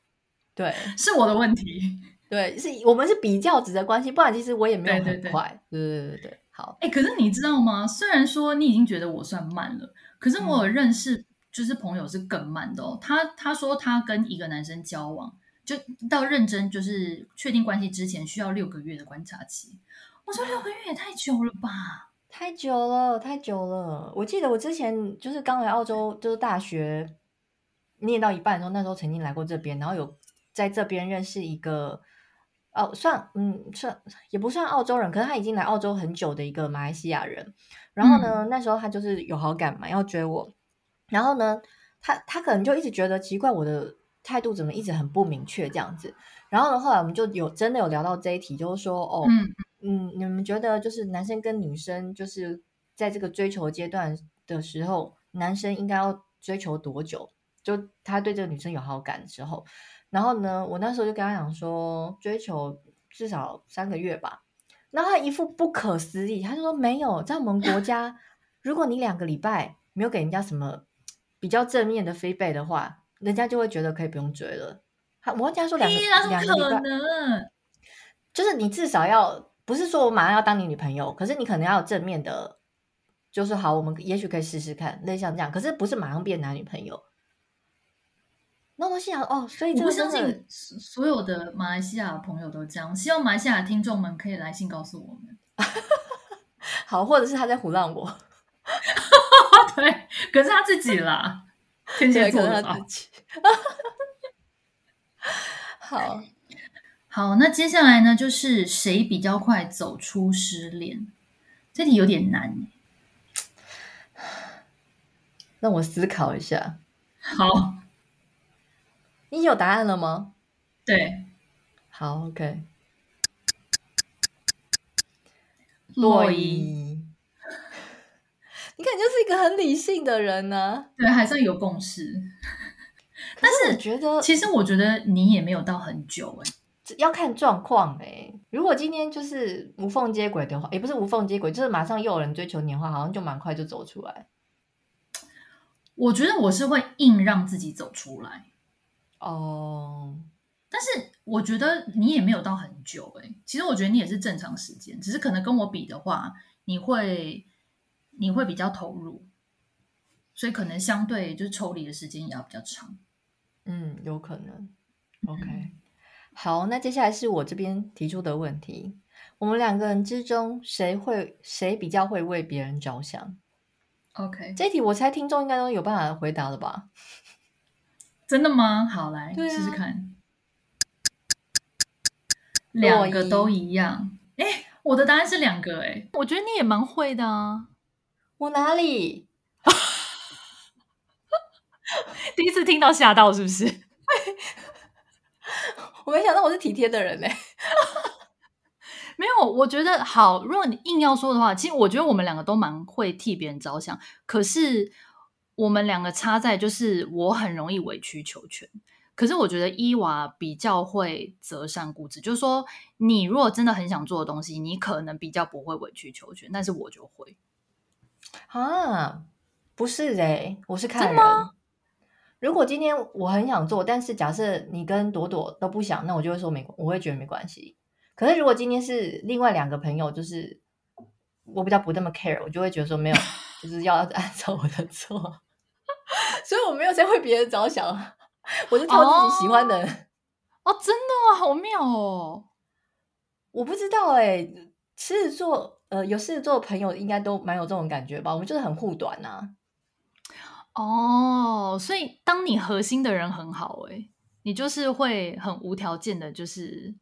S2: 对
S1: 是我的问题。
S2: 对，是我们是比较值的关系，不然其实我也没
S1: 对
S2: 有
S1: 对
S2: 很
S1: 对
S2: 快，对对对对对，好，
S1: 哎、可是你知道吗？虽然说你已经觉得我算慢了，可是我
S2: 嗯
S1: 有认识就是朋友是更慢的哦。他他说他跟一个男生交往，就到认真就是确定关系之前需要六个月的观察期。我说六个月也太久了吧？
S2: 太久了，太久了，我记得我之前就是刚来澳洲，就是大学念到一半的时候，那时候曾经来过这边，然后有在这边认识一个。哦，算，嗯，算也不算澳洲人，可是他已经来澳洲很久的一个马来西亚人。然后呢，那时候他就是有好感嘛，要追我。然后呢，他他可能就一直觉得奇怪，我的态度怎么一直很不明确这样子。然后呢，后来我们就有真的有聊到这一题，就是说哦，
S1: 嗯，
S2: 嗯，你们觉得就是男生跟女生就是在这个追求阶段的时候，男生应该要追求多久？就他对这个女生有好感的时候，然后呢，我那时候就跟他讲说，追求至少三个月吧。然后他一副不可思议，他就说没有，在我们国家，如果你两个礼拜没有给人家什么比较正面的 feedback 的话，人家就会觉得可以不用追了。他我跟他说两个
S1: 咦，哎那
S2: 两
S1: 怎
S2: 个
S1: 么
S2: 礼拜哎
S1: 可，能？
S2: 就是你至少要不是说我马上要当你女朋友，可是你可能要有正面的，就是好，我们也许可以试试看，类似像这样，可是不是马上变男女朋友。那我心想，哦，所以
S1: 我
S2: 这
S1: 不
S2: 个真
S1: 相
S2: 的
S1: 信所所有的马来西亚朋友都这样。希望马来西亚听众们可以来信告诉我们。
S2: 好，或者是他在胡
S1: *laughs*
S2: 乱我，
S1: 对，可是他自己啦，天蝎
S2: 对，可
S1: 座
S2: 能
S1: 的
S2: 他
S1: 吧
S2: 自。己。好，
S1: 好，那接下来呢，就是谁比较快走出失恋？这题有点难欸耶。
S2: 让我思考一下。
S1: 好，
S2: 你有答案了吗？
S1: 对，
S2: 好，OK。
S1: 洛伊，
S2: 伊， *laughs* 你看，你就是一个很理性的人呢、
S1: 对，还算有共识。
S2: 但是我觉得
S1: 其实我觉得你也没有到很久哎、
S2: 要看状况哎。如果今天就是无缝接轨的话，也不是无缝接轨，就是马上又有人追求你的话，好像就蛮快就走出来。
S1: 我觉得我是会硬让自己走出来，
S2: 哦，
S1: 但是我觉得你也没有到很久哎、其实我觉得你也是正常时间，只是可能跟我比的话，你会你会比较投入，所以可能相对就是抽离的时间也要比较长。
S2: 嗯，有可能。OK，、好，那接下来是我这边提出的问题：我们两个人之中，谁会谁比较会为别人着想？
S1: OK，
S2: 这一题我猜听众应该都有办法回答了吧？
S1: 真的吗？好，来、
S2: 对啊
S1: 试试看。
S2: 洛
S1: 两
S2: 伊
S1: 个都一样。哎、我的答案是两个哎、我觉得你也蛮会的啊。
S2: 我哪里？
S1: *laughs* 第一次听到吓到是不是？
S2: 我没想到我是体贴的人嘞、欸
S1: 没有，我觉得好。如果你硬要说的话，其实我觉得我们两个都蛮会替别人着想，可是我们两个差在就是我很容易委曲求全。可是我觉得伊娃比较会择善固执，就是说你如果真的很想做的东西，你可能比较不会委曲求全，但是我就会。
S2: 啊，不是哎、我是看
S1: 真
S2: 人。如果今天我很想做，但是假设你跟朵朵都不想，那我就会说没，我会觉得没关系。可是如果今天是另外两个朋友，就是我比较不那么 care，我就会觉得说没有，就是要按照我的做。 *laughs* 所以我没有在为别人着想，我是挑自己喜欢的人。
S1: 哦，真的啊，好妙哦！
S2: 我不知道哎、狮子座呃有狮子座的朋友应该都蛮有这种感觉吧？我们就是很护短呐、啊
S1: 哦，所以当你核心的人很好、欸，你就是会很无条件的，就是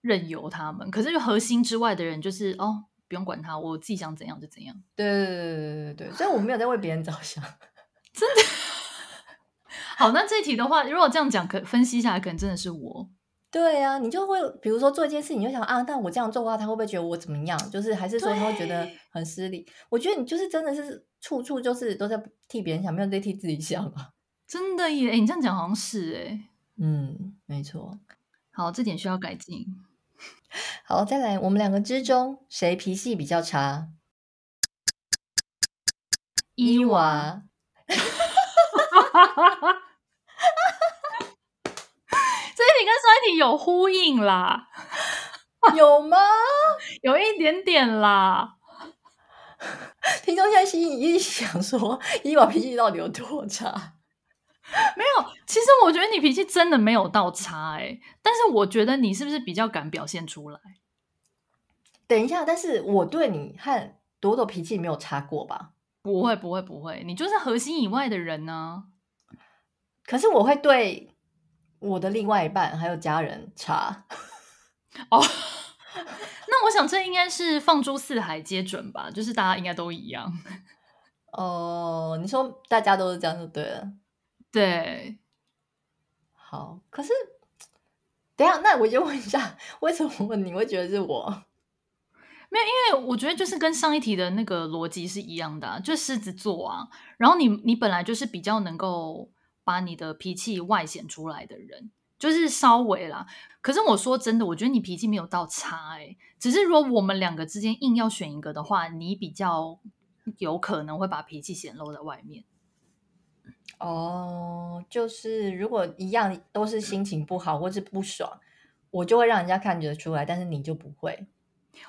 S1: 任由他们。可是就核心之外的人，就是哦，不用管他，我自己想怎样就怎样。
S2: 对对对对对对，所以我没有在为别人着想。 *laughs*
S1: 好，那这一题的话，如果这样讲，可分析下来，可能真的是我。
S2: 对啊，你就会比如说做一件事，你就想啊，但我这样做的话，他会不会觉得我怎么样？就是还是说他会觉得
S1: 对
S2: 很失礼？我觉得你就是真的是处处就是都在替别人想，没有在替自己想啊。
S1: 真的耶，欸你这样讲好像是哎、
S2: 嗯，没错。
S1: 好，这点需要改进。
S2: 好，再来，我们两个之中谁脾气比较差？
S1: 伊娃，
S2: 娃，
S1: 这一题跟上一题有呼应啦，
S2: 有吗？ *laughs*
S1: 有一点点啦。
S2: 听众现在心里一定想说，伊娃脾气到底有多差？
S1: 其实我觉得你脾气真的没有到差哎、但是我觉得你是不是比较敢表现出来？
S2: 等一下，但是我对你和朵朵脾气没有差过吧？
S1: 不会，不会，不会，你就是核心以外的人呢、
S2: 可是我会对我的另外一半还有家人差。
S1: 哦，那我想这应该是放诸四海皆准吧，就是大家应该都一样。
S2: 哦，你说大家都是这样就对了。
S1: 对，
S2: 好，可是等一下，那我就问一下，为什么你会觉得是我？
S1: 没有，因为我觉得就是跟上一题的那个逻辑是一样的啊、就狮子座啊。然后你你本来就是比较能够把你的脾气外显出来的人，就是稍微啦。可是我说真的，我觉得你脾气没有到差哎、只是如果我们两个之间硬要选一个的话，你比较有可能会把脾气显露在外面。
S2: 哦，就是如果一样都是心情不好或是不爽，我就会让人家看得出来，但是你就不会。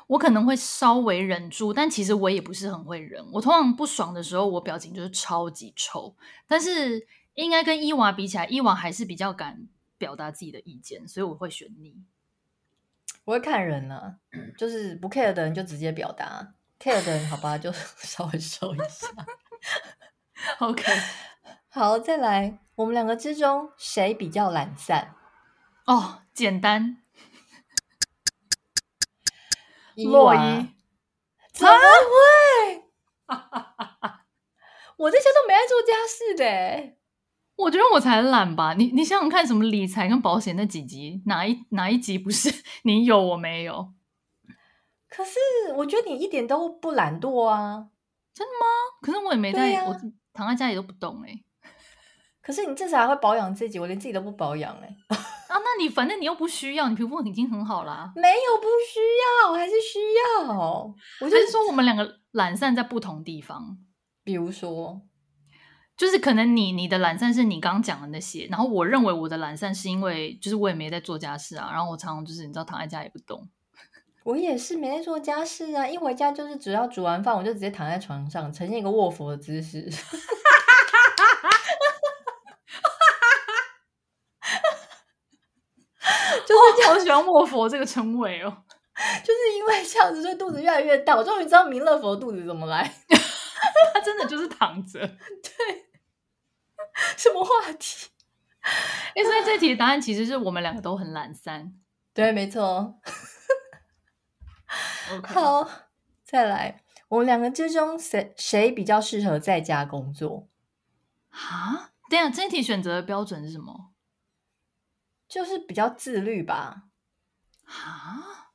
S1: 我可能会稍微忍住，但其实我也不是很会忍。我通常不爽的时候，我表情就是超级臭。但是应该跟伊娃比起来，伊娃还是比较敢表达自己的意见，所以我会选你。
S2: 我会看人呢、啊就是不 care 的人就直接表达，care 的人好吧，就 *laughs* 稍微收一下。 *laughs*
S1: OK，
S2: 好，再来，我们两个之中谁比较懒散？
S1: *laughs* 哦，简单，
S2: 洛
S1: 洛
S2: 伊
S1: 伊啊
S2: 娃，怎么会？ *laughs* 我这些都没在做家事的欸，
S1: 我觉得我才懒吧。你你想想看，什么理财跟保险那几集，哪一哪一集不是 *laughs* 你有我没有？
S2: 可是我觉得你一点都不懒惰啊。
S1: 可是我也没
S2: 对
S1: 在，
S2: 呀
S1: 我躺在家里都不动哎、
S2: 可是你至少还会保养自己，我连自己都不保养哎、
S1: 啊，那你反正你又不需要，你皮肤已经很好啦。
S2: 没有不需要，还是需要。我
S1: 我
S2: 就
S1: 就是说，我们两个懒散在不同地方。
S2: 比如说，
S1: 就是可能你你的懒散是你刚讲的那些，然后我认为我的懒散是因为就是我也没在做家事啊，然后我常常就是你知道躺在家也不动， *laughs*
S2: 我也是没在做家事啊，一回家就是只要煮完饭，我就直接躺在床上，呈现一个卧佛的姿势。 *laughs*
S1: 就是好喜欢卧佛这个称谓哦。 *laughs*
S2: 就是因为这样子，所以肚子越来越大。我终于知道弥勒佛肚子怎么来。 *laughs*
S1: 他真的就是躺着。哎、
S2: 什么话题？
S1: 所以这题的答案其实是我们两个都很懒散。
S2: 对，没错。哦
S1: OK，
S2: 好，再来，我们两个之中谁谁比较适合在家工作？
S1: 啊，等一下这一题选择的标准是什么？
S2: 就是比较自律吧。
S1: 啊，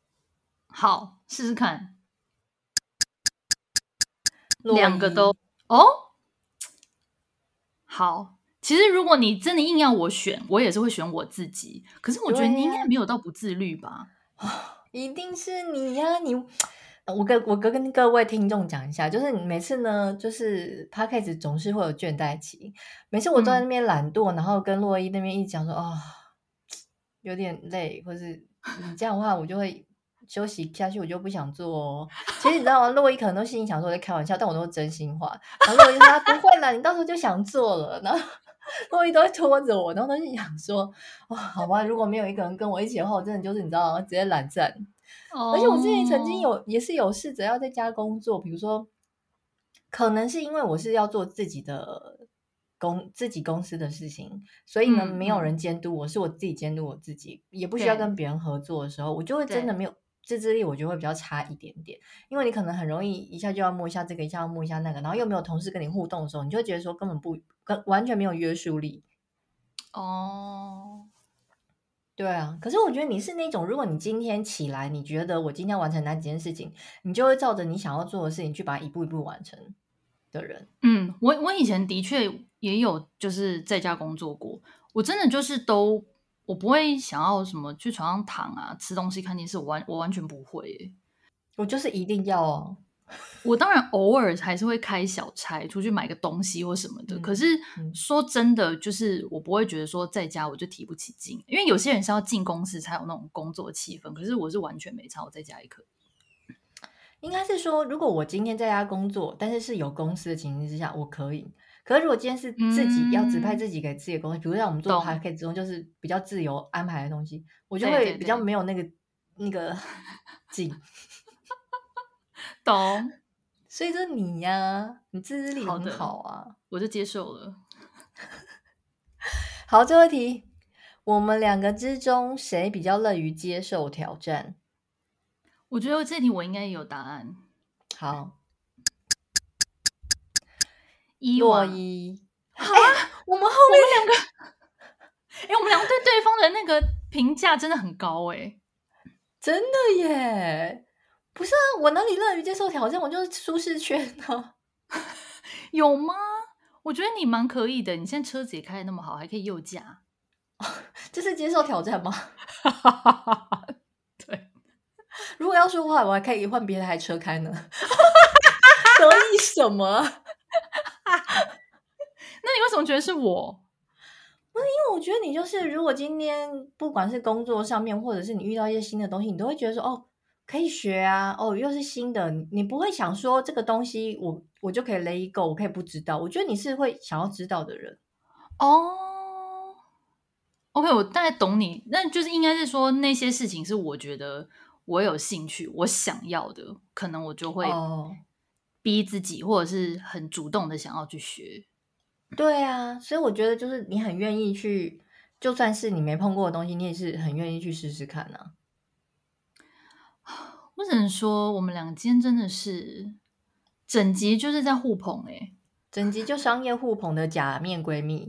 S1: 好，试试看，
S2: 洛
S1: 两个
S2: 伊
S1: 都哦。好，其实如果你真的硬要我选，我也是会选我自己。可是我觉得
S2: 对
S1: 你应
S2: 呀
S1: 该没有到不自律吧？
S2: 一定是你呀、你。呃我跟我跟跟各位听众讲一下，就是你每次呢，就是 p a c k a g e 总是会有倦怠期。每次我都在那边懒惰，然后跟洛伊那边一讲说，哦，有点累，或是你这样的话，我就会休息下去，我就不想做哦。其实你知道吗？洛伊可能都心里想说我在开玩笑，但我都是真心话。然后洛伊说啊不会啦，你到时候就想做了。然后 *laughs* 洛伊都会拖着我，然后都是想说，哇、好吧，如果没有一个人跟我一起的话，我真的就是你知道吗？直接懒散。而且我之前曾经
S1: 哦，
S2: 有也是有试着要在家工作，比如说，可能是因为我是要做自己的公自己公司的事情，所以呢
S1: 嗯
S2: 没有
S1: 嗯
S2: 人监督我，是我自己监督我自己，也不需要
S1: 对
S2: 跟别人合作的时候，我就会真
S1: 对
S2: 的没有。自制力我觉得会比较差一点点，因为你可能很容易一下就要摸一下这个，一下要摸一下那个，然后又没有同事跟你互动的时候，你就会觉得说根本不跟完全没有约束力。
S1: 哦，
S2: 对啊，可是我觉得你是那种，如果你今天起来，你觉得我今天完成哪几件事情，你就会照着你想要做的事情去把它一步一步完成的人。
S1: 嗯，我我以前的确也有就是在家工作过，我真的就是都我不会想要什么去床上躺啊、吃东西、看电视，我完我完全不会耶。
S2: 我就是一定要哦，
S1: 我当然偶尔还是会开小差，出去买个东西或什么的。
S2: 嗯
S1: 可是
S2: 嗯
S1: 说真的，就是我不会觉得说在家我就提不起劲，因为有些人是要进公司才有那种工作气氛，可是我是完全没差，我在家也可以。
S2: 应该是说，如果我今天在家工作，但是是有公司的情形之下，我可以。可是如果今天是自己要指派
S1: 嗯
S2: 自己给自己的公司，比如像我们做
S1: 懂
S2: p a c k a g 中，就是比较自由安排的东西，我就
S1: 对
S2: 会
S1: 对
S2: 比较
S1: 对
S2: 没有那个那个 *laughs* 劲。
S1: 懂，
S2: 所以说你呀、你自制力
S1: 好
S2: 很
S1: 的
S2: 好啊。
S1: 我就接受了。
S2: 好，最后一题，我们两个之中谁比较乐于接受挑战？
S1: 我觉得这题我应该也有答案。
S2: 好，
S1: 伊
S2: 洛
S1: 娃
S2: 伊，
S1: 好啊，
S2: 我们后
S1: 我们两个哎、我们两个对对方的那个评价真的很高哎、
S2: *laughs* 真的耶！不是啊，我哪里乐于接受挑战？我就是舒适圈啊。
S1: 有吗？我觉得你蛮可以的，你现在车子也开的那么好，还可以右驾。
S2: 这是接受挑战吗？ *laughs*
S1: 对，
S2: 如果要说的话，我还可以换别的台车开呢。 *laughs* 得意什么？啊因
S1: 那你为什么觉得是我？
S2: 为我觉得你就是，如果今天不管是工作上面，或者是你遇到一些新的东西，你都会觉得说，哦，可以学啊，哦，又是新的，你不会想说这个东西我我就可以 let it go，我可以不知道。我觉得你是会想要知道的人。
S1: 哦、o k 我大概懂你，那就是应该是说那些事情是我觉得我有兴趣，我想要的，可能我就会
S2: 哦
S1: 逼自己，或者是很主动的想要去学。
S2: 对啊，所以我觉得就是你很愿意去，就算是你没碰过的东西，你也是很愿意去试试看啊。
S1: 我只能说，我们俩今天真的是整集就是在互捧哎、
S2: 整集就商业互捧的假面闺蜜，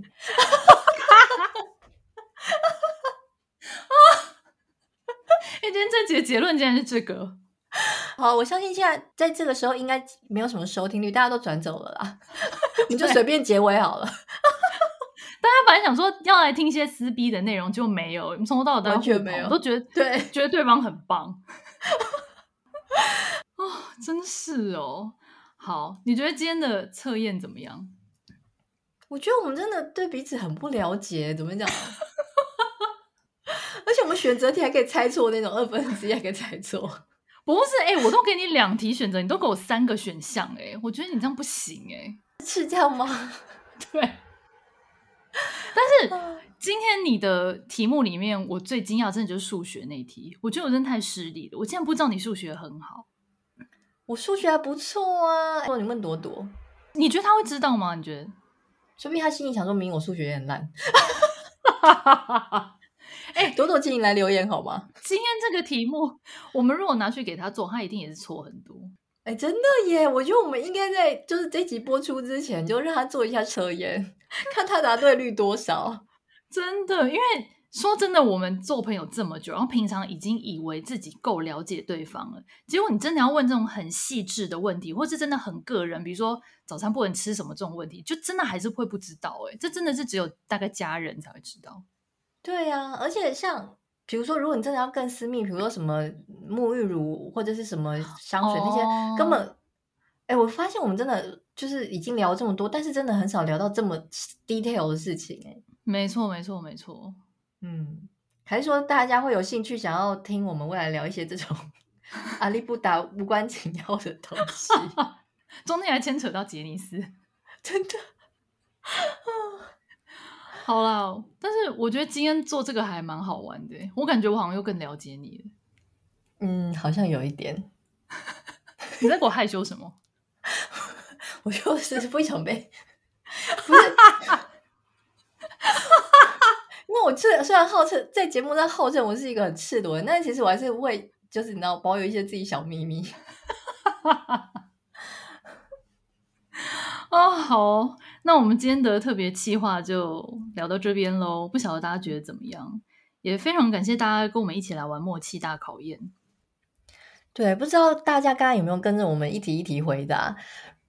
S1: 哎、今天这集的结论竟然是这个，
S2: 好，我相信现在在这个时候应该没有什么收听率，大家都转走了啦， *laughs* 你就随便结尾好了，
S1: 大家本来想说要来听一些撕逼的内容，就没有，我们从头到尾都在
S2: 完全
S1: 互捧
S2: 没有
S1: 都觉得
S2: 对
S1: 觉得对方很棒。 *laughs* 哦，真是哦。好，你觉得今天的测验怎么样？
S2: 我觉得我们真的对彼此很不了解，怎么讲啊？ *laughs* 而且我们选择题还可以猜错那种二分之一，还可以猜错。 *laughs*
S1: 不是，哎、我都给你两题选择，你都给我三个选项，哎，我觉得你这样不行，哎， *laughs*
S2: 是这样吗？ *laughs*
S1: 对。但是今天你的题目里面，我最惊讶真的就是数学那一题，我觉得我真的太失礼了，我竟然不知道你数学很好。
S2: 我数学还不错啊，你问朵朵，
S1: 你觉得他会知道吗？你觉得？
S2: 说不定他心里想说明我数学也很烂。 *laughs*
S1: 哎
S2: 朵朵，请你来留言好吗？
S1: 今天这个题目，我们如果拿去给他做，他一定也是错很多。
S2: 哎、真的耶！我觉得我们应该在就是这集播出之前，就让他做一下测验， *laughs* 看他答对率多少。
S1: 真的，因为说真的，我们做朋友这么久，然后平常已经以为自己够了解对方了，结果你真的要问这种很细致的问题，或是真的很个人，比如说早餐不能吃什么这种问题，就真的还是会不知道、欸。哎，这真的是只有大概家人才会知道。
S2: 对呀、而且像比如说，如果你真的要更私密，比如说什么沐浴乳或者是什么香水、那些，根
S1: 哦
S2: 本，哎、我发现我们真的就是已经聊这么多，但是真的很少聊到这么 detail 的事情、哎，
S1: 没错，没错，没错。
S2: 嗯，还是说大家会有兴趣想要听我们未来聊一些这种 *laughs* 阿里不达无关紧要的东西？ *laughs*
S1: 中间还牵扯到杰尼斯。
S2: 真的。
S1: 好啦，但是我觉得今天做这个还蛮好玩的欸、我感觉我好像又更了解你了。
S2: 嗯，好像有一点，
S1: 你在给我害羞什么？
S2: 我就是 *laughs* 不想被，不是，因为我这虽然号称在节目上号称我是一个很赤裸的人，但其实我还是会，就是你知道，保有一些自己小秘密。
S1: 哦，好哦那我们今天的特别企划就聊到这边喽。不晓得大家觉得怎么样？也非常感谢大家跟我们一起来玩默契大考验。
S2: 对，不知道大家刚刚有没有跟着我们一题一题回答？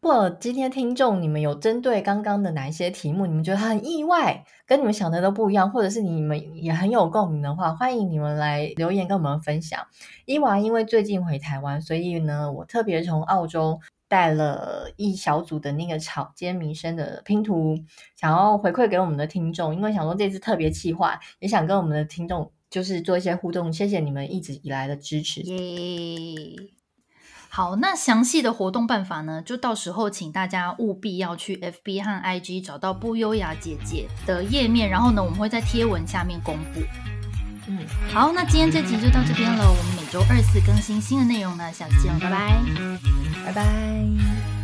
S2: 不，今天听众你们有针对刚刚的哪一些题目，你们觉得它很意外，跟你们想的都不一样，或者是你们也很有共鸣的话，欢迎你们来留言跟我们分享。伊娃因为最近回台湾，所以呢，我特别从澳洲带了一小组的那个草间弥生的拼图，想要回馈给我们的听众，因为想说这次特别企划，也想跟我们的听众就是做一些互动，谢谢你们一直以来的支持。
S1: 耶！好，那详细的活动办法呢，就到时候请大家务必要去 FB 和 IG 找到不优雅姐姐的页面，然后呢，我们会在贴文下面公布。
S2: 嗯。
S1: 好，那今天这集就到这边了。我们每周二四更新新的内容呢，下次见，拜拜。
S2: 拜拜。